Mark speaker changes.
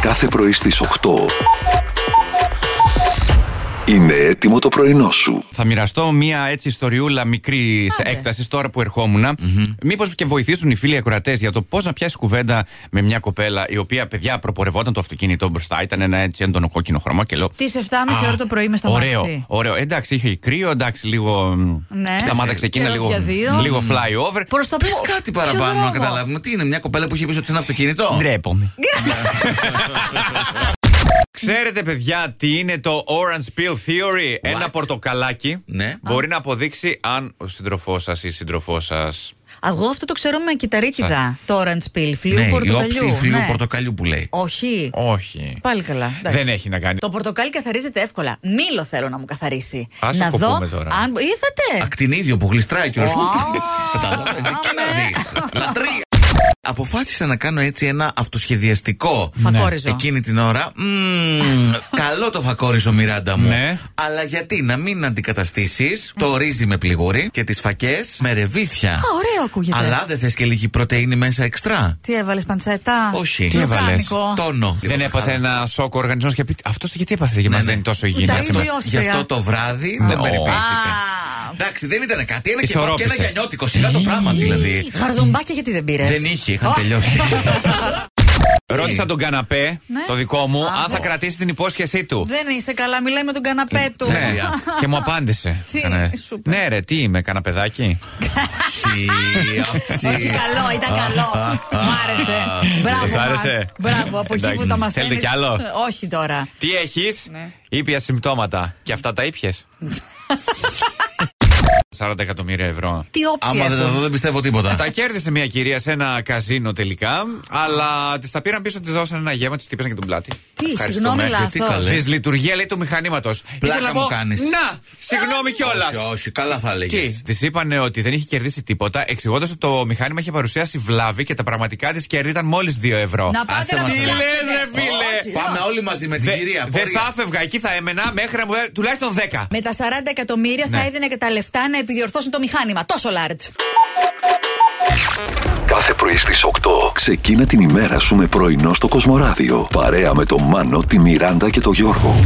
Speaker 1: κάθε πρωί στις 8. Είναι έτοιμο το πρωινό σου.
Speaker 2: Θα μοιραστώ μία έτσι ιστοριούλα μικρή
Speaker 3: Άντε.
Speaker 2: έκτασης τώρα που ερχόμουν. Μήπως και βοηθήσουν οι φίλοι ακροατές για το πώς να πιάσει κουβέντα με μια κοπέλα η οποία παιδιά προπορευόταν το αυτοκίνητό μπροστά. Ήταν ένα έτσι έντονο κόκκινο χρώμα και λέω.
Speaker 3: Τι 7.30
Speaker 2: «Α,
Speaker 3: ώρα το πρωί με
Speaker 2: Ωραίο,
Speaker 3: σταμάτησε.
Speaker 2: ωραίο. Εντάξει, είχε κρύο, εντάξει, λίγο. μ,
Speaker 3: Ναι.
Speaker 2: Σταμάταξε εκείνα
Speaker 3: Καιρός
Speaker 2: λίγο.
Speaker 3: για δύο.
Speaker 2: Λίγο flyover.
Speaker 3: Προς το
Speaker 4: Πες
Speaker 3: πού-
Speaker 4: κάτι
Speaker 3: ποιο
Speaker 4: παραπάνω να
Speaker 3: δρόμο?
Speaker 4: καταλάβουμε. Τι είναι, μια κοπέλα που είχε πίσω της ένα αυτοκίνητο.
Speaker 2: Ντρέπομαι. Ξέρετε, παιδιά, τι είναι το Orange Peel Theory. Ένα πορτοκαλάκι
Speaker 4: Ναι.
Speaker 2: μπορεί να αποδείξει αν ο σύντροφός σας ή η σύντροφός σας.
Speaker 3: Εγώ αυτό το ξέρω με κυταρίτιδα. Το orange peel, φλοιού
Speaker 4: Ναι, η
Speaker 3: πορτοκαλιού.
Speaker 4: όψη φλοιού
Speaker 3: ναι.
Speaker 4: πορτοκαλιού που λέει.
Speaker 3: Όχι.
Speaker 2: Όχι.
Speaker 3: Πάλι καλά. εντάξει.
Speaker 2: Δεν έχει να κάνει.
Speaker 3: Το πορτοκάλι καθαρίζεται εύκολα. Μήλο θέλω να μου καθαρίσει.
Speaker 2: Ας
Speaker 3: να
Speaker 2: το
Speaker 3: δω
Speaker 2: κοπούμε τώρα.
Speaker 3: αν. Είδατε.
Speaker 4: Ακτινίδιο που γλιστράει και όλα.
Speaker 3: Κατάλαβα.
Speaker 4: Και να
Speaker 3: Αμέ.
Speaker 4: δεις. Λατρεία. Αποφάσισα να κάνω έτσι ένα αυτοσχεδιαστικό.
Speaker 3: Φακόριζο.
Speaker 4: Εκείνη την ώρα. Μμμ, καλό το φακόριζο, Μιράντα μου.
Speaker 2: Ναι.
Speaker 4: Αλλά γιατί να μην αντικαταστήσεις το ρύζι με πληγούρι και τις φακές με ρεβίθια. Α,
Speaker 3: ωραίο ακούγεται.
Speaker 4: Αλλά δεν θες και λίγη πρωτενη μέσα εξτρά.
Speaker 3: Τι έβαλες παντσέτα.
Speaker 4: Όχι.
Speaker 2: Τι έβαλες?
Speaker 3: Λουκάνικο.
Speaker 4: Τόνο.
Speaker 2: Δεν έπαθε ένα σοκ ο οργανισμός και πει Αυτός γιατί έπαθε για μας
Speaker 4: ναι.
Speaker 2: δεν είναι τόσο υγιεινή.
Speaker 3: Τα
Speaker 2: Ας
Speaker 3: ίδια.
Speaker 2: πούμε,
Speaker 4: Γι'
Speaker 3: Όστρια.
Speaker 4: αυτό το βράδυ
Speaker 2: Ναι.
Speaker 4: δεν περιποιήθηκα.
Speaker 3: Α,
Speaker 4: Εντάξει, δεν ήταν κάτι. Ένα κεφάλι και
Speaker 2: Ισορρόπησε.
Speaker 4: ένα γιανιώτικο. Σιγά το πράγμα δηλαδή.
Speaker 3: Χαρδουμπάκια γιατί δεν πήρες.
Speaker 4: Δεν είχε, είχαν τελειώσει.
Speaker 2: Ρώτησα τον καναπέ,
Speaker 3: Ναι.
Speaker 2: το δικό μου,
Speaker 3: Α,
Speaker 2: αν θα
Speaker 3: ναι.
Speaker 2: κρατήσει την υπόσχεσή του.
Speaker 3: Δεν είσαι καλά, μιλάει με τον καναπέ του.
Speaker 2: Ναι. και μου απάντησε.
Speaker 3: Τι,
Speaker 2: Έκανε,
Speaker 3: σούπερ.
Speaker 2: Ναι, ρε, τι είμαι, καναπεδάκι.
Speaker 4: Ψι,
Speaker 3: Όχι,
Speaker 4: ψι.
Speaker 3: καλό, ήταν καλό. Μ' άρεσε. Μπράβο.
Speaker 2: Σας άρεσε?
Speaker 3: Μαρκ. Μπράβο, από εκεί
Speaker 2: Εντάξει.
Speaker 3: που τα μαθαίνεις.
Speaker 2: Θέλετε κι άλλο?
Speaker 3: Όχι τώρα.
Speaker 2: Τι έχεις,
Speaker 3: Ναι.
Speaker 2: ήπια συμπτώματα. Και αυτά τα ήπιες. 40 εκατομμύρια ευρώ.
Speaker 3: Τι όψη
Speaker 4: Άμα δεν τα
Speaker 3: έχουν.
Speaker 4: δω, δεν πιστεύω τίποτα.
Speaker 2: Τα κέρδισε μια κυρία σε ένα καζίνο τελικά, αλλά τη τα πήραν πίσω, τη δώσαν ένα γεύμα, τη χτύπησαν και τον πλάτη.
Speaker 3: Τι, συγγνώμη,
Speaker 4: γιατί
Speaker 3: λάθος.
Speaker 4: καλές.
Speaker 2: Της λειτουργία λέει του μηχανήματος.
Speaker 4: Πλάκα μου κάνεις.
Speaker 2: Να, συγγνώμη κιόλας.
Speaker 4: Όχι, όχι, καλά θα έλεγες.
Speaker 2: Της είπαν ότι δεν είχε κερδίσει τίποτα, εξηγώντας ότι το μηχάνημα είχε παρουσιάσει βλάβη και τα πραγματικά της κέρδη ήταν μόλι 2 ευρώ.
Speaker 3: Να πάτε
Speaker 4: Άσε
Speaker 3: να
Speaker 4: μας.
Speaker 2: Τι λε,
Speaker 3: ψάξετε.
Speaker 2: ρε
Speaker 3: Όχι,
Speaker 2: φίλε!
Speaker 4: Πάμε όλοι μαζί με την
Speaker 2: Δε-
Speaker 4: κυρία.
Speaker 2: Δεν
Speaker 4: πορεία.
Speaker 2: θα έφευγα, εκεί θα έμενα μέχρι να μου δέ- τουλάχιστον 10.
Speaker 3: Με τα 40 εκατομμύρια θα
Speaker 2: Ναι.
Speaker 3: έδινε και τα λεφτά να επιδιορθώσουν το μηχάνημα. Τόσο large.
Speaker 1: Κάθε πρωί στις 8. Ξεκίνα την ημέρα σου με πρωινό στο Κοσμοράδιο. Παρέα με τον Μάνο, τη Μιράντα και τον Γιώργο.